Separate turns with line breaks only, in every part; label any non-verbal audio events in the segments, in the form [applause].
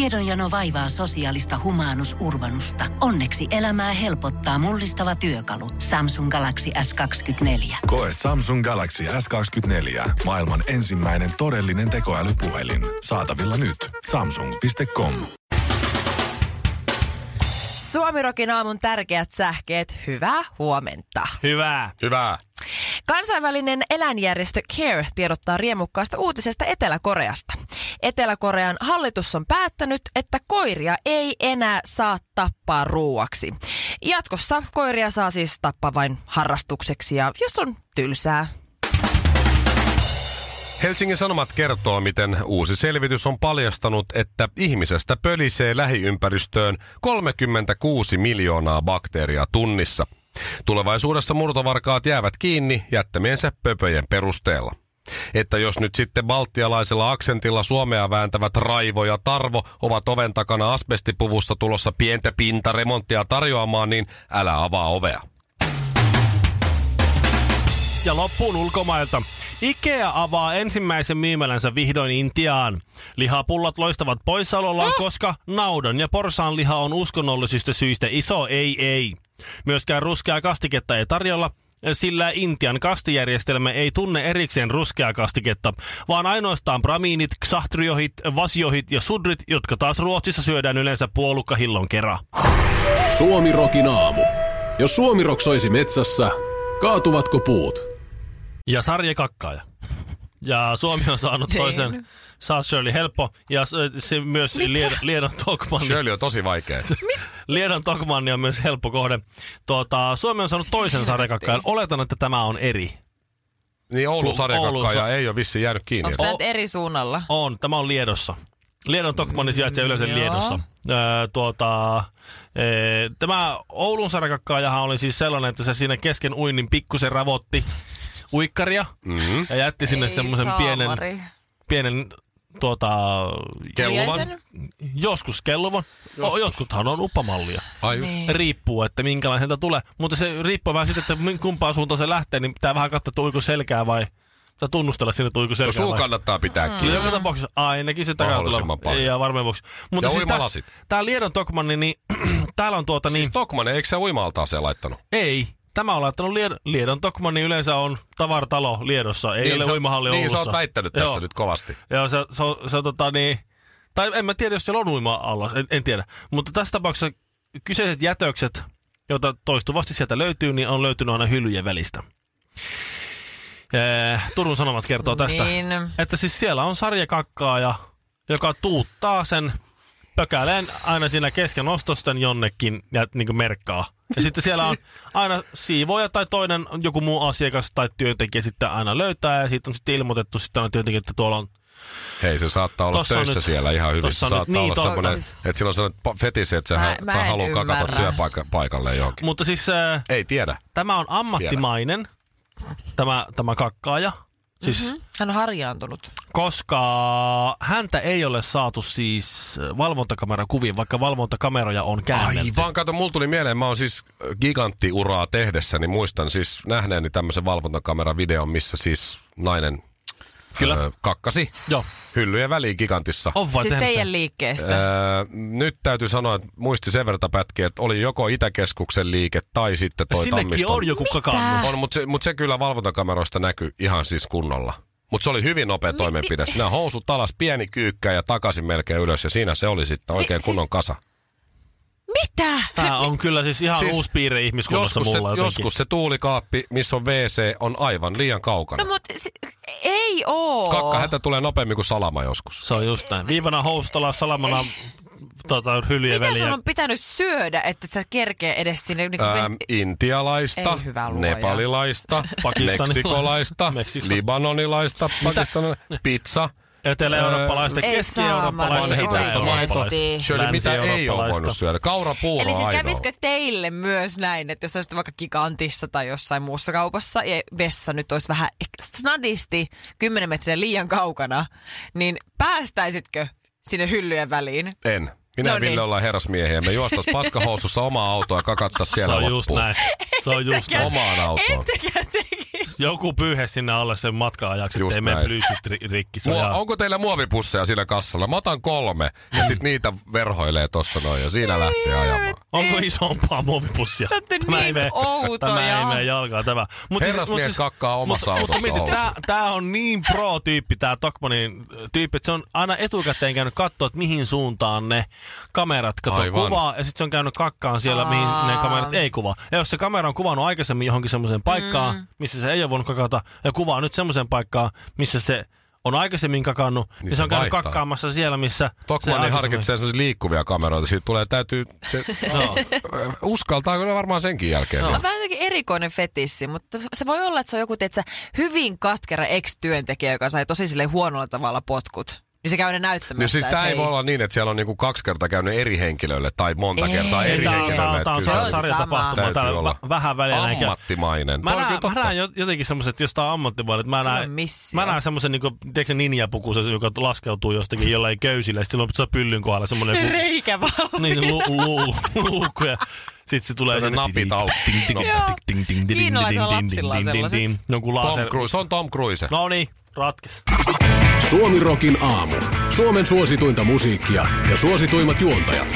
Tiedonjano vaivaa sosiaalista humanus urbanusta. Onneksi elämää helpottaa mullistava työkalu. Samsung Galaxy S24.
Koe Samsung Galaxy S24. Maailman ensimmäinen todellinen tekoälypuhelin. Saatavilla nyt. Samsung.com.
Suomirokin aamun tärkeät sähkeet. Hyvää huomenta.
Hyvää.
Hyvä.
Kansainvälinen eläinjärjestö CARE tiedottaa riemukkaasta uutisesta Etelä-Koreasta. Etelä-Korean hallitus on päättänyt, että koiria ei enää saa tappaa ruuaksi. Jatkossa koiria saa siis tappaa vain harrastukseksi ja jos on tylsää.
Helsingin Sanomat kertoo, miten uusi selvitys on paljastanut, että ihmisestä pölisee lähiympäristöön 36 miljoonaa bakteeria tunnissa. Tulevaisuudessa murtovarkaat jäävät kiinni jättämiensä pöpöjen perusteella. Että jos nyt sitten baltialaisella aksentilla Suomea vääntävät Raivo ja Tarvo ovat oven takana asbestipuvusta tulossa pientä pintaremonttia tarjoamaan, niin älä avaa ovea.
Ja loppuun ulkomailta. Ikea avaa ensimmäisen myymälänsä vihdoin Intiaan. Lihapullat loistavat poissaolollaan, koska naudan ja porsaan liha on uskonnollisista syistä iso ei ei. Myöskään ruskeaa kastiketta ei tarjolla, sillä Intian kastijärjestelmä ei tunne erikseen ruskeaa kastiketta, vaan ainoastaan bramiinit, ksahtriohit, vasiohit ja sudrit, jotka taas Ruotsissa syödään yleensä puolukkahillon kerran.
Suomi Rokin aamu. Jos Suomi roksoisi metsässä, kaatuvatko puut?
Ja Sarje Kakkaaja. Ja Suomi on saanut
Niin.
toisen South Shirley Helppo ja se, se myös Lied- Liedon Tokmanni.
Shirley on tosi vaikea.
Liedon Tokmanni on myös helppo kohde. Tuota, Suomi on saanut toisen sarjakakkaan. Oletan, että tämä on eri.
Niin Oulun
Kun Oulussa-
sarjakakkaaja ei ole vissiin jäänyt kiinni.
O-
Tämä nyt eri suunnalla.
On, tämä on Liedossa. Liedon Tokmanni sijaitsee yleensä
joo.
Liedossa. Öö, tuota, ee, tämä Oulun sarjakakkaajahan oli siis sellainen, että se siinä kesken uinnin pikkusen ravotti uikkaria
Mm-hmm.
ja jätti sinne
Ei
semmoisen
saamari.
pienen, pienen tuota,
Kelluvan.
Liesen?
Joskus kelluvan. Joskus. Jotkuthan on uppamallia.
Ai just.
Niin.
Riippuu, että minkälaisesta tulee. Mutta se riippuu vähän siitä, että min- kumpaan suuntaan se lähtee, niin pitää vähän katsoa, että uiko selkää vai... Tai tunnustella sinne, että uiko
No,
selkää
suu
vai...
kannattaa pitää
Mm.
Kyllä
kiinni.
joka tapauksessa ainakin se takaa
Mahdollisimman
tulee.
paljon.
Ja varmaan vuoksi. siis
Ja uimalasit.
Tää, tää Liedon Tokmanni, niin [clears throat] täällä on tuota niin...
Siis Tokmanen, eikö sä uimaltaaseen laittanut?
Ei. Tämä on laittanut Lied- Liedon Tokmanni yleensä on tavaratalo Liedossa, ei
Niin
ole
sä-
uimahalli
Niin
Oulussa.
sä oot väittänyt tässä
Joo.
nyt kovasti.
Joo, se, se, on- se on tota niin... Tai en mä tiedä, jos siellä on uima-allas, en, en tiedä. Mutta tässä tapauksessa kyseiset jätökset, joita toistuvasti sieltä löytyy, niin on löytynyt aina hyllyjen välistä. Ee, Turun Sanomat kertoo Tota tästä.
Niin.
Että siis siellä on sarjakakkaaja, joka tuuttaa sen pökäleen aina siinä kesken ostosten jonnekin ja niin kuin merkkaa. Ja sitten siellä on aina siivoja tai toinen joku muu asiakas tai työntekijä sitten aina löytää ja siitä on sitten ilmoitettu sitten aina työntekijä, että tuolla on
Hei, se saattaa olla
Tossa on
töissä
nyt-
siellä ihan hyvin.
tossa
Se
on
saattaa
nyt- niin,
olla
to-
semmoinen,
siis-
että sillä on sellainen pa- fetisi, että se
Mä-
mä,
mä
mä
en
haluaa kakata
ymmärrä.
työpaikalle johonkin.
Mutta siis äh,
Ei tiedä.
tämä on ammattimainen, tämä, tämä kakkaaja, siis,
Mhm.
mm-hmm.
Hän on harjaantunut.
koska häntä ei ole saatu siis äh, valvontakameran kuviin, vaikka valvontakameroja on käännetty.
Aivan, kato, mulla tuli mieleen, mä oon siis äh, giganttiuraa tehdessä, niin muistan siis nähneeni tämmöisen valvontakameravideon, missä siis nainen
Kyllä.
Öö, kakkasi
Joo,
hyllyjen väliin gigantissa.
on vaan
siis
tehnyt sen.
teidän liikkeestä.
Öö, nyt täytyy sanoa, että muisti sen verta pätkiä, että oli joko Itäkeskuksen liike tai sitten toi
Sinnekin
Tammiston.
on joku kakannu.
On, mutta se, mut se kyllä valvontakameroista näkyy ihan siis kunnolla. Mutta se oli hyvin nopea
Niin.
toimenpide. Sinä housut alas, pieni kyykkä ja takaisin melkein ylös. Ja siinä se oli sitten oikein
siis-
Niin,
kunnon kasa.
Mitä?
Tämä on kyllä siis ihan siis
Siis
uusi piirre ihmiskunnassa
Joskus se,
mulla jotenkin.
joskus se tuulikaappi, missä on WC, on aivan liian kaukana.
No mut se, ei oo.
Kakkahätä tulee nopeammin kuin salama joskus.
Se on just näin. Viivana houstolla, salamana tota, hyljen
Mitä
väliä.
sun on pitänyt syödä, että sä kerkee edes sinne? Niin
Ähm, intialaista,
Ei, hyvä luoja. [laughs]
nepalilaista,
Pakistanilaista,
meksikolaista,
[laughs] Meksiko-
libanonilaista, pakistanilaista, pizza.
Etelä-eurooppalaista,
Ei
keski-eurooppalaista,
saamari,
itä-eurooppalaista.
oikeesti.
Shirley, mitä ei ole
Länsi-eurooppalaista.
voinut syödä? Kaurapuuro
Eli siis
ainoa.
kävisikö teille myös näin, että jos olisitte vaikka gigantissa tai jossain muussa kaupassa ja vessa nyt olisi vähän snadisti 10 metriä liian kaukana, niin päästäisitkö sinne hyllyjen väliin?
En. Minä
No
no niin.
niin.
Ville ollaan herrasmiehiä.
[laughs]
Me juostais paskahousussa omaa autoa ja kakattais
Se
siellä
on just
loppuun.
näin. Se on just näin.
Omaan autoon.
Ettekä tekisi.
Joku pyyhe sinne alle sen matkan ajaksi,
Just
ettei mene
näin.
plyysit ri- rikki. Se on
Mua,
ihan-
onko teillä muovipusseja siinä kassalla? Mä otan kolme ja sit niitä verhoilee tossa noin ja siinä
Niin.
lähtee ajamaan.
Onko isompaa muovipussia?
Te olette niin
mene-
outoja.
Tämä ei mene jalkaan tämä. Mut
Herrasmies kakkaa omassa autossa housuun.
tämä, tämä on niin pro-tyyppi, tämä Tokmanin äh, tyyppi, että se on aina etukäteen käynyt katsoa, että mihin suuntaan ne kamerat kato
Aivan.
kuvaa, ja sitten se on käynyt kakkaan siellä, Aa. mihin ne kamerat ei kuvaa. Ja jos se kamera on kuvannut aikaisemmin johonkin semmoiseen paikkaan, mm. missä se ei ole voinut kakata, ja kuvaa nyt semmoiseen paikkaan, missä se on aikaisemmin kakannut, niin,
se
se on käynyt
vaihtaa.
kakkaamassa siellä, missä se
Tokmanni
aikaisemmin-
harkitsee sellaisia liikkuvia kameroita. Siitä tulee, täytyy, se, no. [laughs] uskaltaa kyllä varmaan senkin jälkeen.
On
vielä.
vähän jotenkin erikoinen fetissi, mutta se voi olla, että se on joku tietsä, hyvin katkera ex-työntekijä, joka sai tosi sille huonolla tavalla potkut. Niin se käy ne näyttämässä.
No siis
että
tämä ei voi olla niin, että siellä on niinku kaksi kertaa käynyt eri henkilölle tai monta
Ei.
kertaa
Ei,
eri
tää on, tää
henkilölle.
on, tää on
Kyllä
sarja-
se-
sarjatapahtuma.
Täytyy
Tää on
olla.
vä- vähän väliä näin käy.
Ammattimainen.
Mä
Toi on
näen, mä
kyllä totta.
näen jo- jotenkin semmoset, että jos tää on ammattimainen, mä
Sillä
näen,
on missio.
mä näen semmosen niinku, tiedätkö se ninjapukuisen, joka laskeutuu jostakin jollain köysillä, sit sillä on tuossa pyllyn kohdalla semmonen joku-
Reikä vaan.
niin, lu, lu, luukku, ja sit se tulee
Sieltä
sinne
napit
ting,
auki.
ting, ting,
No.
ting, ting, ting, ting, ting,
Kiinalaiset on
ting, ting,
lapsilla
ting, ting,
sellaiset.
ting. Joku
Tom
laser-
Cruise, se on Tom Cruise.
No niin, ratkes.
Suomirokin aamu. Suomen suosituinta musiikkia ja suosituimmat juontajat.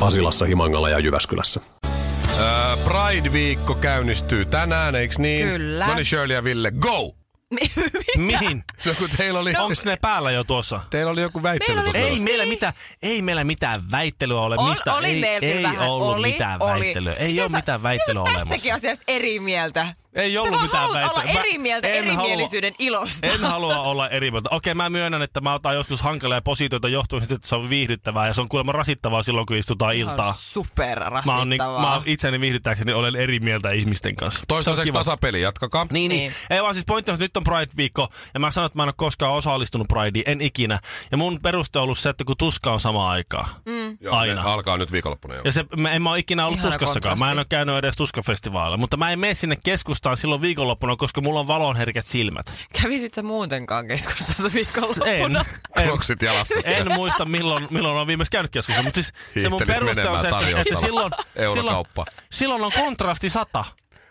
Pasilassa, Himangalla ja Jyväskylässä.
Öö, Pride-viikko käynnistyy tänään, eiks niin?
Kyllä.
No niin, Shirley ja Ville, go! [laughs]
Niin.
[laughs]
Mihin?
No kun teillä oli,
Onks ne päällä jo tuossa?
teillä oli joku väittely.
Meillä oli-
tuossa.
Ei meillä, mitään, ei meillä mitään väittelyä ole.
On,
mistä,
oli
ei,
meillä
ei
vähän.
ollut
oli,
mitään
oli.
väittelyä. Ei
Miten
ole
sä- miten
mitään
sä
väittelyä
tästäkin
olemassa.
asiasta eri mieltä.
Ei ollut
sä vaan
mitään
haluat
väittelyä.
olla eri
Mä-
mieltä
en halua-
erimielisyyden ilosta.
En halua olla eri mieltä. Okei, mä myönnän, että mä otan joskus hankalia positioita johtuen siitä, että se on viihdyttävää ja se on kuulemma rasittavaa silloin, kun istutaan iltaa.
on super
Mä, oon, niin,
rasittavaa.
mä oon itseni viihdyttääkseni olen eri mieltä ihmisten kanssa.
Toistaiseksi
kiva.
tasapeli, jatkakaa.
Niin, niin.
Niin.
Ei vaan siis pointti on, että nyt on Pride-viikko ja mä sanon, että mä en ole koskaan osallistunut Prideen, en ikinä. Ja mun peruste on ollut se, että kun tuska on samaan aikaan. Mm.
Joo,
Aina.
ne Alkaa nyt viikonloppuna jo.
Ja se, mä, en mä ole ikinä ollut
Ihana
tuskassakaan. Mä en
kontrasti.
ole käynyt edes tuskafestivaaleilla, mutta mä en mene sinne keskustaan silloin viikonloppuna, koska mulla on valonherkät silmät.
Kävisit sä muutenkaan keskustassa
En,
viikonloppuna?
en,
Kroksit jalassa.
en muista milloin, milloin on viimeksi käynyt keskustelua, mutta siis se mun
Hiihtelis
peruste on
menemään
se, että, että
tarjouksella.
silloin, silloin,
Eurokauppa.
silloin on kontrasti sata.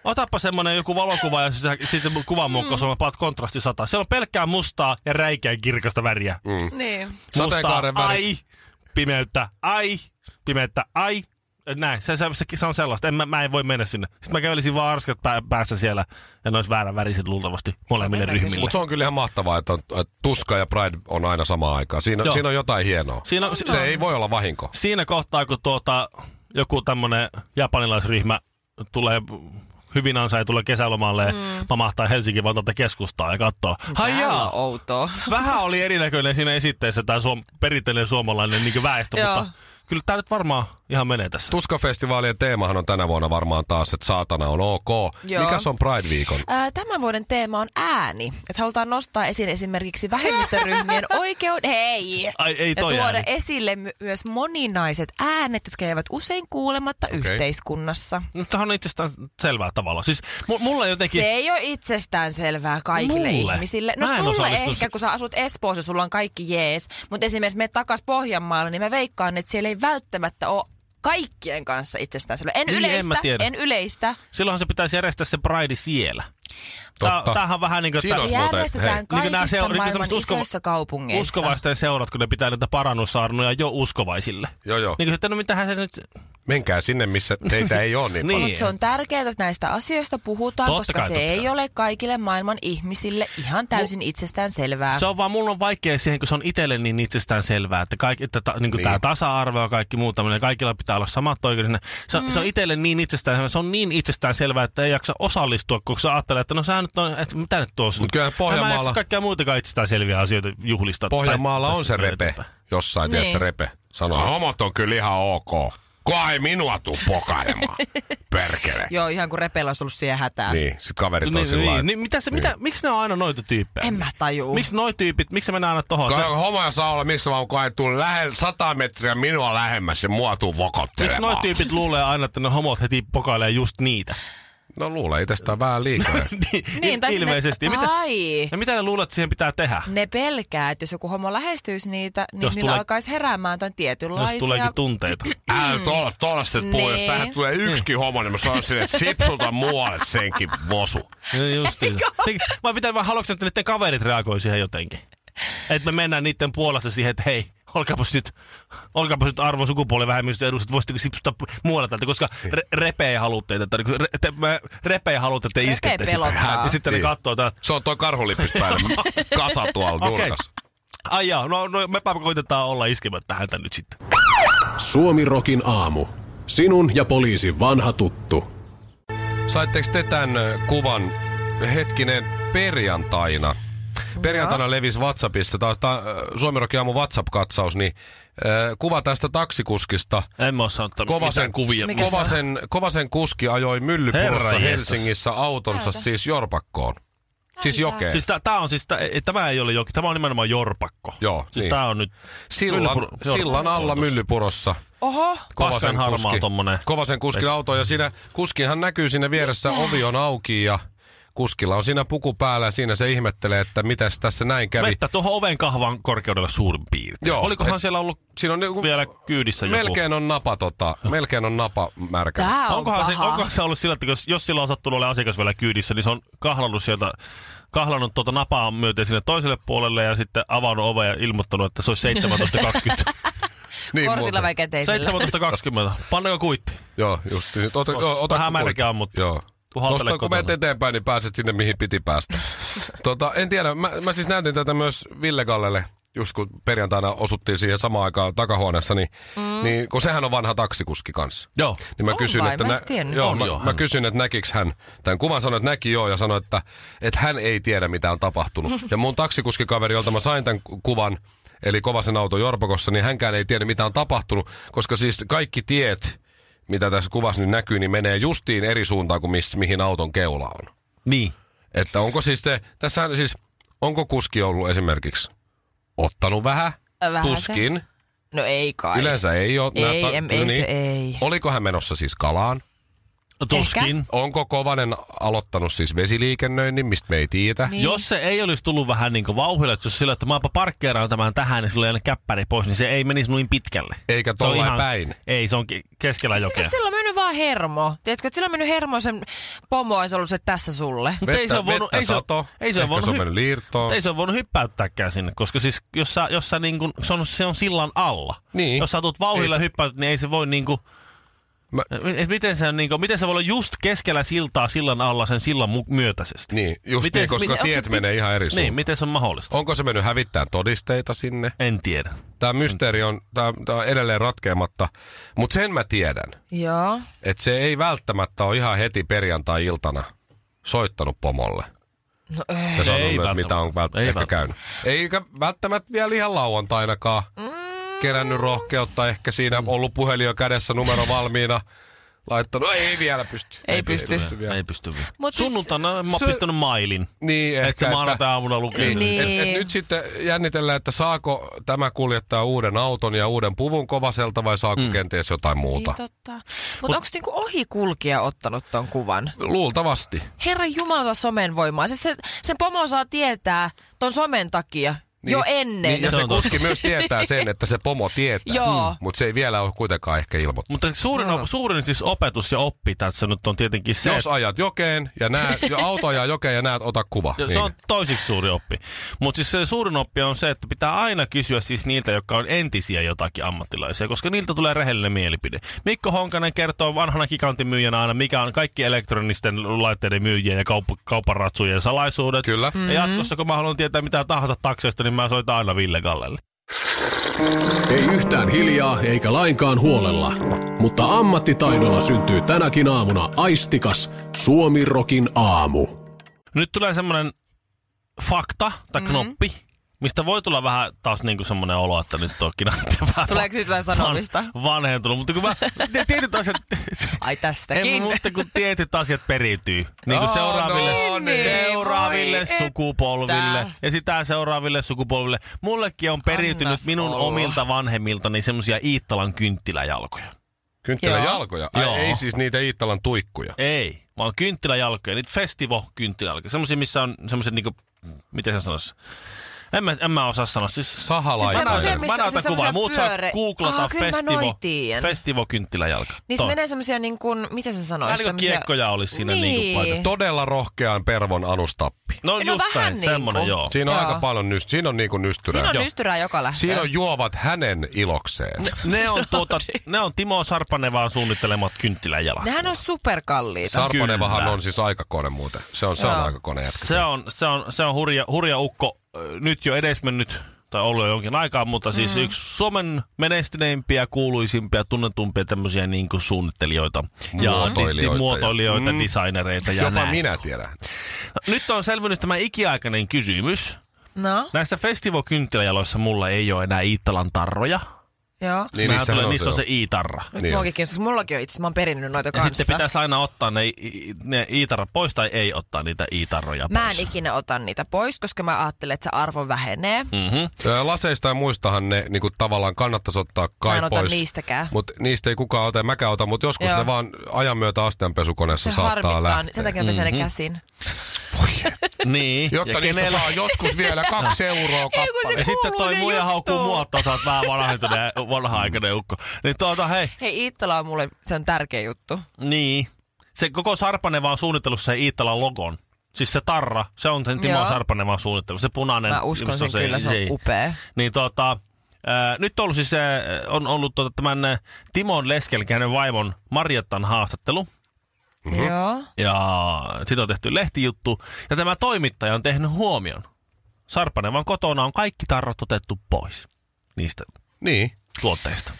Otapa semmonen joku valokuva ja sisä- sitten kuvan
Mm.
muokkaus on paat kontrasti sata. Siellä on pelkkää mustaa ja räikeän kirkasta väriä. Mm.
Niin.
Mustaa,
Sateenkaaren väri.
ai, pimeyttä, ai, pimeyttä, ai. Näin, se, se, se, se on sellaista. En, mä, mä en voi mennä sinne. Sitten mä kävelisin vaan arskat pää, päässä siellä ja ne olisi väärän väriset luultavasti molemmille
Mennäänkö
ryhmille.
Mutta se on kyllä ihan mahtavaa, että, on, että tuska ja pride on aina samaan aikaan. Siinä,
Joo.
siinä on jotain hienoa.
Siinä on-
se ei voi olla vahinko.
siinä kohtaa, kun tuota, joku tämmöinen japanilaisryhmä tulee hyvin ansaitulle kesälomalle mm. pamahtaa Helsingin valtautta keskustaa ja katsoo.
Täällä on
Haijaa!
outoa.
Vähän oli erinäköinen siinä esitteessä tämä suom- perinteinen suomalainen niin väestö,
Joo.
mutta kyllä tämä nyt varmaan ihan menee tässä.
Tuskafestivaalien teemahan on tänä vuonna varmaan taas, että saatana on ok.
Joo.
Mikäs on Pride-viikon?
Ää, Tämän vuoden teema on ääni. Että halutaan nostaa esiin esimerkiksi
[laughs]
vähemmistöryhmien oikeuden. Hei!
Ai, ei
ja
toi
tuoda
ääni.
esille my- myös moninaiset äänet, jotka jäävät usein kuulematta okay. yhteiskunnassa.
No, Tämähän on itsestään selvää tavalla. Siis mu- mulla jotenkin...
Se ei ole itsestään selvää kaikille
Mulle?
ihmisille. No
Mä en
sulle
osallistu-
ehkä, kun sä asut Espoossa, sulla on kaikki jees. Mutta esimerkiksi me takas Pohjanmaalle, niin mä veikkaan, että siellä ei välttämättä ole kaikkien kanssa itsestään selvä. En
Niin, en
yleistä,
mä tiedä.
en yleistä.
Silloinhan se pitäisi järjestää se Pride siellä. Tää,
Totta.
tämähän on vähän niin kuin...
Siinä olisi muuten, että hei.
Järjestetään
Niin kuin nää
kaikissa
seur- niin kuin
maailman
semmoset uskova-
isoissa kaupungeissa.
Uskovaisten seurat, kun ne pitää näitä parannussaarnoja jo uskovaisille.
Joo, joo.
Niin kuin, että no mitähän se nyt...
Menkää sinne, missä teitä ei ole niin,
Niin.
niin.
Mutta se on tärkeää, että näistä asioista puhutaan,
Totta
koska
kai,
se
totta
ei
kai.
ole kaikille maailman ihmisille ihan täysin itsestään selvää.
Se on vaan, mulla on vaikea siihen, kun se on itselle niin itsestään selvää, että, kaikki, että ta, niin niin. tämä tasa-arvo ja kaikki muu tämmöinen, kaikilla pitää olla samat oikeudet. Se, mm. se on itselle niin itsestään selvää, se on niin itsestään selvää, että ei jaksa osallistua, kun sä ajattelee, että no sehän nyt on, että mitä nyt tuossa.
Mut kyllähän Pohjanmaalla-
Mä en jaksa kaikkea muitakaan itsestään selviä asioita juhlista.
Pohjanmaalla
Tai-
on se
tässä
repe.
eteenpäin.
Jossain, tiedät
Niin.
se repe. Sanoo, homot No, on kyllä ihan ok. Kuka ei minua tuu
[laughs]
pokailemaan. Perkele.
Joo, ihan kuin repeillä olisi ollut siihen hätään.
Niin, sit kaverit on
Niin,
sillä
niin,
lailla.
niin, mitä, se, mitä, miksi ne on aina noita tyyppejä?
En mä tajuu.
Miksi noi tyypit, miksi se mennään aina tohon? Ne-
Ka- Homoja saa olla missä vaan, kun ei tule lähelle, sata metriä minua lähemmäs ja mua tuu
Miksi
vokottelemaan.
noi tyypit luulee aina, että ne homot heti pokailee just niitä?
No luulee itsestään vähän liikaa.
[laughs] Niin,
Niin, tai sitten
Ilmeisesti.
Ne,
Mitä,
Ai,
ja mitä ne luulet, että siihen pitää tehdä?
ne pelkää, että jos joku homo lähestyisi niitä, niin
Jos
niillä
tulee-
alkaisi heräämään jotain
Jos
tietynlaisia.
tuleekin
[laughs]
tunteita.
Älä tuolla, tuolla sitten puhu, jos
Niin.
tähän tulee yksikin homo, niin mä sanon sinne, että sipsulta muualle senkin vosu.
No justiin. Vai pitää vaan haluatko, että niiden kaverit reagoi siihen jotenkin? Että me mennään niiden puolesta siihen, että hei, olkaapas nyt, olkaapas nyt arvo sukupuolivähemmistön edustajat, voisitteko sipsuttaa pu- muualta tältä, koska
Niin.
re- repeä haluatte, että, niinku re- te, mä- repeä haluatte, että te
Repeä
iskette sitä.
pelottaa.
Ja sitten ne
Niin.
katsoo, että
Se on toi karhulippis päällä. Kasa tuolla
Okei.
nurkassa.
ai jaa, no, no mepä koitetaan olla iskemättä häntä nyt sitten.
Suomirokin aamu. Sinun ja poliisin vanha tuttu.
Saitteko te tämän ö, kuvan hetkinen perjantaina? Perjantaina levisi WhatsAppissa, taas ta, Suomirokin aamu WhatsApp-katsaus, niin ö, kuva tästä taksikuskista.
En mä osaa ottaa
Kovasen,
kuvia.
Mikä se on?
Kovasen, Kovasen kuski ajoi myllypurossa
Herranjestas.
Helsingissä autonsa
Täältä.
siis jorpakkoon. Siis jokeen.
Siis tää, tää on siis, tää, ei- tämä ei ole jokin, tämä on nimenomaan jorpakko.
Joo,
Siis
niin.
tää on nyt
Sillan,
Myllypuro-
sillan
jorpakko on
alla
tossa.
myllypurossa.
Oho,
Paskan harmaa tommonen.
Kovasen kuskin
Ves-
auto ja siinä kuskinhan näkyy siinä vieressä, ovi on auki ja kuskilla on siinä puku päällä ja siinä se ihmettelee, että mitäs tässä näin kävi.
Vettä tuohon oven kahvan korkeudella suurin piirtein.
Joo.
Olikohan
Et-
siellä ollut
Siinä on niinku,
vielä kyydissä joku?
melkein on napa tota, melkein on napa märkä.
tää on
Onkohan se,
paha.
onkohan se ollut sillä, että jos, jos sillä on sattunut olemaan asiakas vielä kyydissä, niin se on kahlannut sieltä kahlannut tuota napaa myöten sinne toiselle puolelle ja sitten avannut oven ja ilmoittanut, että se
[laughs]
olisi 17.20.
Niin
Kortilla
muuten.
vai käteisellä?
17.20. Pannako kuitti?
Joo, just niin. Ota, o- ota
Vähän
kukulit.
märkä ammut.
Joo.
Tuu hautele
Tuosta kun
kotona.
menet eteenpäin, niin pääset sinne, mihin piti
[laughs]
päästä. tota, en tiedä, mä, mä siis näytin tätä myös Ville Kallelle, just kun perjantaina osuttiin siihen samaan aikaan takahuoneessa, niin, mm. niin kun sehän on vanha taksikuski kanssa.
Joo.
Niin mä
On
kysyn,
vai?
että,
Mä en tiennyt.
joo,
On
mä,
joo,
mä
hän-
kysyn, että näkikö hän tämän kuvan, sanoi, että näki joo, ja sanoi, että, että hän ei tiedä, mitä on tapahtunut.
[laughs]
ja mun taksikuskikaveri, jolta mä sain tämän ku- kuvan, eli Kovasen auto Jorpakossa, niin hänkään ei tiedä, mitä on tapahtunut, koska siis kaikki tiet, mitä tässä kuvassa nyt näkyy, niin menee justiin eri suuntaan kuin miss, mihin auton keula on.
Niin.
Että onko siis se, tässä siis, onko kuski ollut esimerkiksi ottanut vähän?
Vähäsen.
Tuskin.
No ei kai.
Yleensä ei ole. no niin.
Ei, em- ei se ei.
Oliko hän menossa siis kalaan?
Tuskin. Ehkä?
Onko Kovanen aloittanut siis vesiliikennöinnin, mistä me ei tiedä?
Niin.
Jos se ei olisi tullut vähän niin vauhille, että jos sillä, että maapa parkkeeraan tämän tähän, niin silloin käppäri pois, niin se ei menisi noin pitkälle.
Eikä
Se on
tollain päin.
Ei, se on ke- keskellä jokea.
Sillä, sillä on mennyt vaan hermo. Tiedätkö, että sillä on mennyt hermo, sen pomo olisi ollut se tässä sulle.
Mutta ei
Vettä-
se ole voinut,
vettä
ei se,
sato,
ei se ole
ehkä
voinut,
se on
hypp-
mennyt liirtoon.
mut Ei se ole voinut hyppäyttääkään sinne, koska siis jos sä, jos sä niinku, se, on, se on sillan alla.
Niin.
Jos sä tulet vauhdilla
Ei se-
hyppäyt, niin ei se voi niinku,
Mä-
Mä... Et miten, se on niinku, miten se voi olla just keskellä siltaa sillan alla sen sillan mu- myötäisesti?
Niin, just
Miten-
niin, koska
miten- onko
tiet
se ti-
menee ihan eri suuntaan.
Niin, miten se on mahdollista?
Onko se mennyt hävittämään todisteita sinne?
En tiedä.
Tämä mysteeri on, tää, tää on edelleen ratkeamatta, mutta sen mä tiedän,
Joo.
että se ei välttämättä ole ihan heti perjantai-iltana soittanut pomolle.
No ei.
Ja sanonut, että
välttämättä.
mitä on vält-
Ei
ehkä
välttämättä.
käynyt. Eikä välttämättä vielä ihan lauantainakaan
Mm.
kerännyt rohkeutta. Ehkä siinä ollut puhelin jo kädessä, numero valmiina. Laittanut, No ei vielä pysty.
Ei pysty.
vielä.
Ei pysty vielä.
Mut siis-
Sunnuntaina mä oon
se-
pistänyt mailin.
Niin,
Et
ehkä.
se maanantai-aamuna lukee sen.
Niin.
Et, et nyt sitten jännitellään, että saako tämä kuljettaa uuden auton ja uuden puvun kovaselta vai saako mm. kenties jotain muuta.
Niin, totta. Mutta Mut, onko niinku ohikulkija ottanut ton kuvan?
Luultavasti.
Herra Jumalata somen voimaa. Siis se, sen pomo saa tietää ton somen takia niin, jo ennen.
Niin, ja
Se
se
on totta.
kuski myös tietää sen, että se pomo tietää.
Joo.
Mutta se ei vielä ole kuitenkaan ehkä ilmoittanut.
Mutta suurin, op- suurin siis opetus ja oppi tässä nyt on tietenkin se,
Jos ajat jokeen ja näet, ja auto ajaa jokeen ja näet, ota kuva.
Ja
Niin.
Se on toisiksi suuri oppi. Mutta siis se suurin oppi on se, että pitää aina kysyä siis niiltä, jotka on entisiä jotakin ammattilaisia, koska niiltä tulee rehellinen mielipide. Mikko Honkanen kertoo vanhana gigantimyyjänä aina, mikä on kaikki elektronisten laitteiden myyjien ja kaup- kauparatsujen salaisuudet.
Kyllä.
Ja jatkossa, kun mä haluan tietää mitä tahansa takseista, niin mä soitan aina Ville Kallelle.
Ei yhtään hiljaa eikä lainkaan huolella, mutta ammattitaidolla syntyy tänäkin aamuna aistikas Suomirokin aamu.
Nyt tulee semmoinen fakta tai knoppi, mistä voi tulla vähän taas niinku semmoinen olo, että nyt onkin [laughs] vähän
Tuleeko siitä jotain sanomista?
van- vanhentunut. Mutta kun mä, tietyt asiat,
Ai Niin,
Ei,
tästäkin.
mutta kun tietyt asiat periytyy. Niin kuin
Oh,
seuraaville,
no niin.
seuraaville
Voi
sukupolville
että.
ja sitä seuraaville sukupolville. Mullekin on periytynyt
Annas
minun
olla.
omilta vanhemmiltani semmoisia Iittalan kynttiläjalkoja.
Kynttilän
Joo.
jalkoja. Ai,
Joo.
ei siis niitä Iittalan tuikkuja.
Ei, vaan kynttiläjalkoja, niitä festivo-kynttiläjalkoja. Semmoisia, missä on semmoiset niinku, miten sen sanoisi? En mä, en mä osaa sanoa. Siis,
Sahalaita.
Mä
semmoisia,
näytän,
missä-
mä näytän
siis
kuvaa.
semmoisia
Muut saa
pyöre-
googlata
Aa, kyllä mä
festivo,
noin tiedän.
festivo-kynttiläjalka.
Niissä menee semmoisia niin kuin, miten sä sanoisit?
Vähän niinku
tämmösiä-
kiekkoja olisi siinä
niin.
niinku paikalla.
Todella rohkean pervon anustappi.
No,
No
just
vähän
näin, semmonen
niinku.
joo.
Siinä on
Joo.
aika paljon nyst, siinä on niinku nystyrää.
Siinä on
Joo.
nystyrää joka lähtee.
Siinä on juovat hänen ilokseen.
Ne on,
[laughs]
tuota, ne on Timo Sarpanevaan suunnittelemat kynttiläjalat.
Nehän on superkalliita.
Sarpanevahan
Kyllä.
on siis aikakone muuten. Se on, se on
Joo.
aikakone jätkä.
Se on, se on, se on hurja, hurja ukko, äh, nyt jo edesmennyt, tai ollut jo jonkin aikaa, mutta siis mm. yksi Suomen menestyneimpiä, kuuluisimpia, tunnetumpia tämmöisiä niin kuin suunnittelijoita. Ja
Muotoilijoita
artisti-
ja-
muotoilijoita,
Mm.
mm. designereita ja
Jopa
näin.
minä tiedän. Niin
Nyt on selvinnyt tämä ikiaikainen kysymys.
No,
Näissä festivokynttiläjaloissa mulla ei ole enää Iittalan tarroja.
joo.
Niin,
Mä
niissähän
tulen-
on
niissä
se
on
jo.
se i-tarra.
Nyt
Niin.
niin. muakin kiinnostaa. Mullakin on itse asiassa, mä oon perinnyt noita
Ja
kanssa.
sitten pitäisi aina ottaa ne, i- ne iitarra pois tai ei ottaa niitä iitarroja pois.
Mä en ikinä ota niitä pois, koska mä ajattelen, että se arvo vähenee. Mm.
Ö, Laseista ja muistahan ne niinku, tavallaan kannattaisi ottaa kai
Mä en ota
pois.
niistäkään.
Mutta niistä ei kukaan ota ja mäkään ota, mutta joskus Joo.
Joo.
ne vaan ajan myötä astianpesukoneessa
Se
saattaa
harmittaa.
lähteä.
Sen takia mä pesen mm-hmm. käsin.
Niin.
Jotta
Mm. ja
niistä
kenellä-
saa
[laughs]
joskus vielä kaksi euroa kappale.
Ja Niin sitten
Kuuluu
toi
se
muija
juttu.
haukkuu mua, että sä oot vähän vanhentuneen vanha-aikainen ukko. Niin tuota, hei,
Hei, Iittala on mulle, se on tärkeä juttu.
niin. Se koko Sarpaneva on suunnitellut sen Iittalan logon. Siis se tarra, se on sen Timo
Joo.
Sarpaneva suunnittelu, se punainen.
Mä uskon
missä
sen
on
kyllä, se on upea.
Niin tota, ää, nyt on ollut siis, ää, on ollut tota, tämän ää, Timon Leskel, hänen vaimon Marjattan haastattelu.
Mm-hmm. Joo.
Ja siitä on tehty lehtijuttu. Ja tämä toimittaja on tehnyt huomion. Sarpanevan kotona on kaikki tarrat otettu pois niistä
Niin.
tuotteista.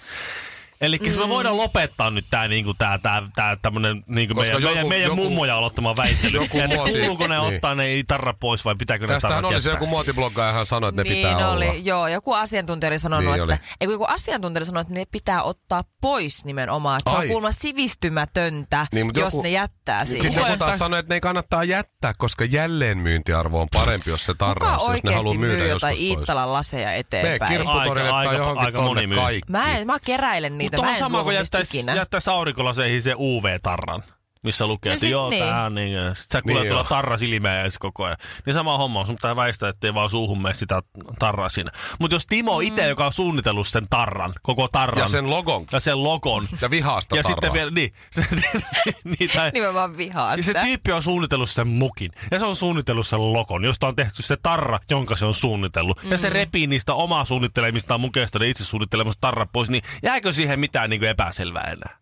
Eli mm. me voidaan lopettaa nyt tämä niinku, tää, tää, tää, tämmönen, niinku
Koska
meidän, joku, meidän,
joku-
meidän
joku-
mummoja aloittama väittely.
joku
että
muoti-
kuuluuko ne
niin.
ottaa ne tarra pois vai pitääkö ne
Tästähän
tarrat
oli se
jättää
joku
sinne?
muotiblogga, ja hän sanoi, että ne
niin
pitää olla.
oli, joo. Joku asiantuntija oli sanonut,
Niin
niin että, ei kun joku asiantuntija sanoi, että ne pitää ottaa pois nimenomaan. Että se
Ai.
on kuulemma sivistymätöntä,
Niin,
niin,
mut
jos joku,
joku-
ne jättää
Sitten
siihen.
joku taas sanoi, että ne ei kannattaa jättää, koska jälleenmyyntiarvo on parempi, jos se
Kuka
tarraus, jos ne haluaa
oikeasti
myydä
myy
joskus
jotain
pois.
Iittalan laseja
Mene
eteenpäin?
kirpputorille
Aika-
tai
aika-
johonkin
aika
tonne
moni myy.
kaikki.
Mä, en, mä keräilen niitä,
Mutta
mä
on
en
sama
luovu
kuin
niistä
jättäisi,
ikinä.
jättäisi aurinkolaseihin se UV-tarran missä lukee,
No
että
sit
joo,
niin.
tää on niin. Sitten sä kuulet
Niin
tuolla
joo.
tarra silmää ja koko ajan. Niin sama homma on, sun pitää väistää, ettei vaan suuhun mene sitä tarraa siinä. Mutta jos Timo
Mm.
itse, joka on suunnitellut sen tarran, koko tarran,
Ja sen logon.
ja sen logon,
Ja vihaasta
ja
tarraa.
sitten vielä, niin, [laughs] se, niin, tai,
Nimenomaan vihaa
ja Niin se
sitä.
tyyppi on suunnitellut sen mukin, ja se on suunnitellut sen lokon, josta on tehty se tarra, jonka se on suunnitellut. Mm. Ja se repii niistä omaa suunnittelemistaan mukeista ne itse suunnittelemasta tarra pois, niin jääkö siihen mitään niin kuin epäselvää enää?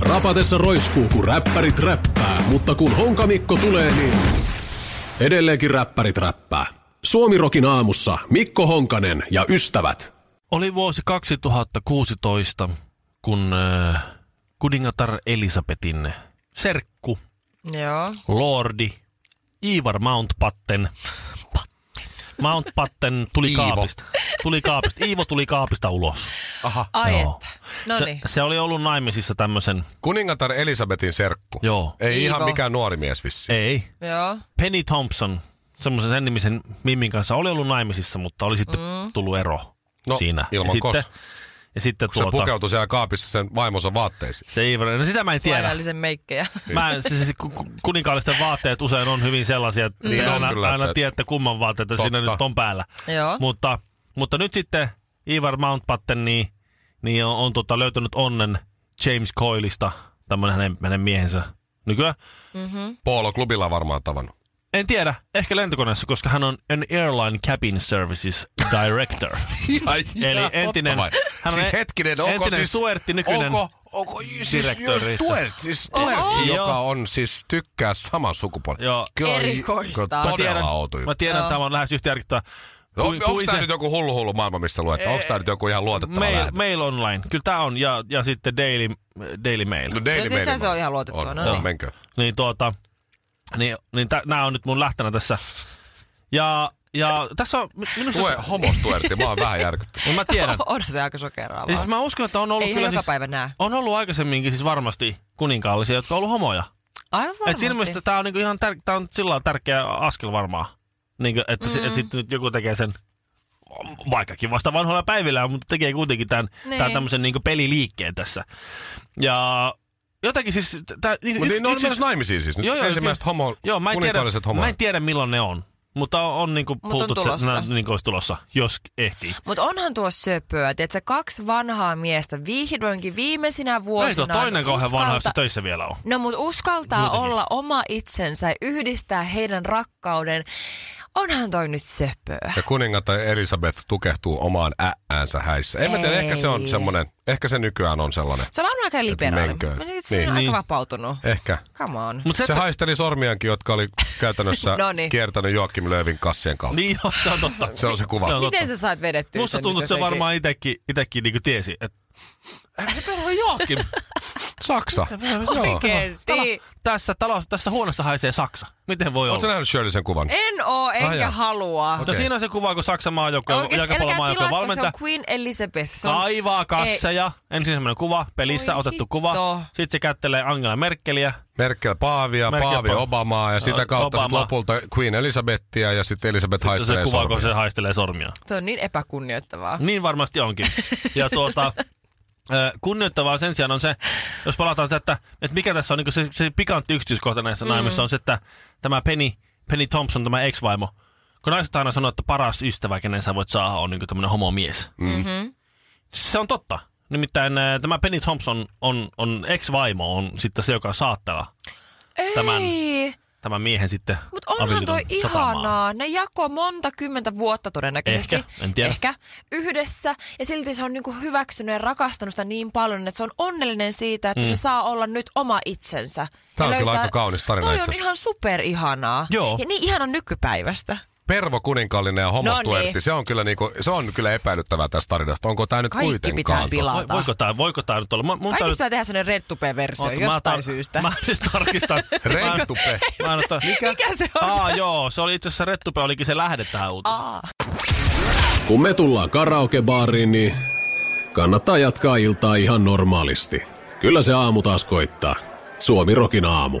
Rapatessa roiskuu, kun räppärit räppää, mutta kun Honkamikko tulee, niin edelleenkin räppärit räppää. Suomirokin aamussa Mikko Honkanen ja ystävät.
Oli vuosi 2016, kun äh, kuningatar Elisabetin serkku,
Joo.
lordi, Ivar Mountbatten, Mountbatten tuli
Iivo.
kaapista. Tuli kaapista. Iivo tuli kaapista ulos.
Aha.
Ai
Joo.
että. No
se,
niin.
se oli ollut naimisissa tämmöisen,
Kuningatar Elisabetin serkku.
Joo.
Ei
Iivo.
ihan mikään nuori mies vissiin.
ei,
Joo.
Penny Thompson, semmoisen sen nimisen Mimmin kanssa oli ollut naimisissa, mutta oli sitten mm. tullut ero
No,
siinä.
ilman
ja sitten,
kos.
ja sitten
Kun se
tuota,
pukeutui siellä kaapissa sen vaimonsa vaatteisiin.
se Ivar, no sitä mä en tiedä.
Lainallisen meikkejä. [laughs]
Mä, siis, siis, ku- ku- kuninkaallisten vaatteet usein on hyvin sellaisia, että
Niin
niin
on
aina,
kyllä,
aina
että-
tiedätte kumman vaatteita siinä
Totta.
nyt on päällä.
Joo.
Mutta, mutta nyt sitten Ivar Mountbatten niin, niin on, on tota, löytänyt onnen James Coilista, tämmöinen hänen, hänen miehensä nykyään.
Polo klubilla varmaan tavannut.
En tiedä, ehkä lentokoneessa, koska hän on an airline cabin services director.
[laughs] Ai,
Eli entinen-
Hän
hän on
siis
en-
hetkinen, onko
entinen
siis...
Stuertti, nykyinen
Onko, onko siis
direktööri.
Stuart, siis Stuart,
Joo.
joka on siis tykkää saman sukupuolen.
Joo.
Kyllä,
Erikoista.
kyllä
Mä tiedän,
Todella outo juttu.
mä tiedän tämä on lähes yhtä järkyttävä.
On, onko tämä nyt joku hullu hullu maailma, missä luet? Onko tämä nyt joku ihan luotettava
mail,
lähde?
mail Online, kyllä tämä on, ja, ja sitten Daily, Daily Mail.
No, Daily
No sitä
Mail
se on ihan
on,
luotettava,
on,
no niin.
menkö.
Niin tuota, niin, niin tä, nämä on nyt mun lähtönä tässä. Ja, ja tässä on mi- minusta...
Tue, homo Stuertti, mä oon vähän järkyttynyt.
No mä
[laughs]
tiedän.
Onhan se aika sokeraavaa.
Ja siis mä uskon, että on ollut
Ei
kyllä
ihan joka
siis,
päivä näe.
On ollut aikaisemminkin siis varmasti kuninkaallisia, jotka on ollut homoja.
Aivan
Et siis siinä mielessä
varmasti.
tämä on, niinku ihan tär- tää on sillä lailla tärkeä askel varmaan. Niinku, että mm. et sitten nyt joku tekee sen vaikkakin vasta vanhoilla päivillä, mutta tekee kuitenkin tämän,
Niin.
tämän tämmöisen niinku peliliikkeen tässä. Ja Jotenkin siis... Tää, niin,
Mutta
yksi-
ne on
yksi-
myös naimisiin siis nyt. Joo, joo, Ensimmäiset homo,
Joo, mä en, tiedä,
kuninkaanliset
mä
homoa.
en tiedä milloin ne on. Mutta on, on niinku
on
puhuttu, että se-
tulossa.
nää niinku olisi tulossa, jos ehtii.
Mutta onhan tuo söpöä, että kaksi vanhaa miestä vihdoinkin viimeisinä
Ei tuo
vuosina
toinen kauhean vanha, jos se töissä vielä on.
No mutta uskaltaa
Muutenkin.
olla oma itsensä ja yhdistää heidän rakkauden. Onhan toi nyt söpöä.
Ja kuningatar Elisabeth tukehtuu omaan äänsä häissä. En mä tiedä, ehkä se on
Ei.
semmoinen, ehkä se nykyään on sellainen.
Se on varmaan aika liberaali.
menköön.
Mä niin. se
Niin.
on aika
Niin.
vapautunut.
Ehkä.
Come on.
Mut se,
Se
että- No
haisteli sormiankin, jotka oli käytännössä
Noniin.
kiertänyt Joakim Löövin kassien kautta.
[laughs] Niin, joo, se on totta.
Se on se kuva.
on totta.
Miten sä saat vedettyä
Musta
sen
tuntuu,
nyt
että se
jotenkin?
varmaan itekin, itekin niinku tiesi, että Ei se perhana [laughs] Joakim. Niin.
Saksa.
Oikeesti.
tässä, talossa, tässä huoneessa haisee Saksa. Miten voi
Oletko
olla?
nähnyt Shirley sen kuvan?
En oo,
Ah,
enkä
jaa.
halua.
No
Okei.
siinä on se kuva, kun Saksan maajoukkue,
Oikeesti,
jalkapallon maajoukkue
tilatko, se
valmentaa.
on Queen Elizabeth. Se on
Kaivaa kasseja. Ensin semmoinen kuva, pelissä
Oi
otettu
hitto.
kuva. Sitten se kättelee Angela Merkeliä.
Merkel Paavia,
Merkel
Paavi
Pa-
Obamaa ja sitä kautta sit
Obama.
lopulta Queen Elisabetia ja sitten Elisabeth
Sitten se
haistelee
kuva, kun
sormia.
se haistelee sormia.
Se on niin epäkunnioittavaa.
Niin varmasti onkin.
[laughs]
Ja tuota, ö, kunnioittavaa sen sijaan on se, jos palataan se, että, että mikä tässä on niin se, se pikantti yksityiskohta näissä mm. naimissa on se, että tämä Penny, Penny Thompson, tämä ex-vaimo, kun naiset aina sanoo, että paras ystävä, kenen sä voit saada, on niin tämmöinen homomies. Mm-hmm. Se on totta. Nimittäin ö, tämä Penny Thompson on, on ex-vaimo, on sitten se, joka saattaa
Ei,
tämän- tämän miehen sitten
mutta onhan toi
avioliiton satamaan.
ihanaa. Ne jakoi monta kymmentä vuotta todennäköisesti.
Ehkä, en tiedä.
Ehkä yhdessä. Ja silti se on niinku hyväksynyt ja rakastanut sitä niin paljon, että se on onnellinen siitä, että mm. se saa olla nyt oma itsensä.
Tää
Ja
on kyllä aika kaunis tarina
Toi
itse
on
asiassa.
ihan superihanaa.
Joo.
Ja niin ihana nykypäivästä.
Pervo kuninkaallinen ja hommas
No niin.
tuertti. Se on kyllä, niinku, se on kyllä epäilyttävää tästä tarinasta. Onko tämä nyt
Kaikki pitää
kuitenkaan?
pilata.
Voi, voiko tämä voiko tää nyt olla? Mun- mun tää nyt-
Kaikista tehdään sellainen Red Tupe-versio
Oota,
jostain
tar-
syystä.
Mä nyt tarkistan.
Renttupe.
Mä, mä en ottaa-
Mikä se on?
Aa, joo, se oli itse asiassa Rettupe, olikin se lähde tähän uutiseen.
Aa.
Kun me tullaan karaokebaariin, niin kannattaa jatkaa iltaa ihan normaalisti. Kyllä se aamu taas koittaa. Suomi Rokin aamu.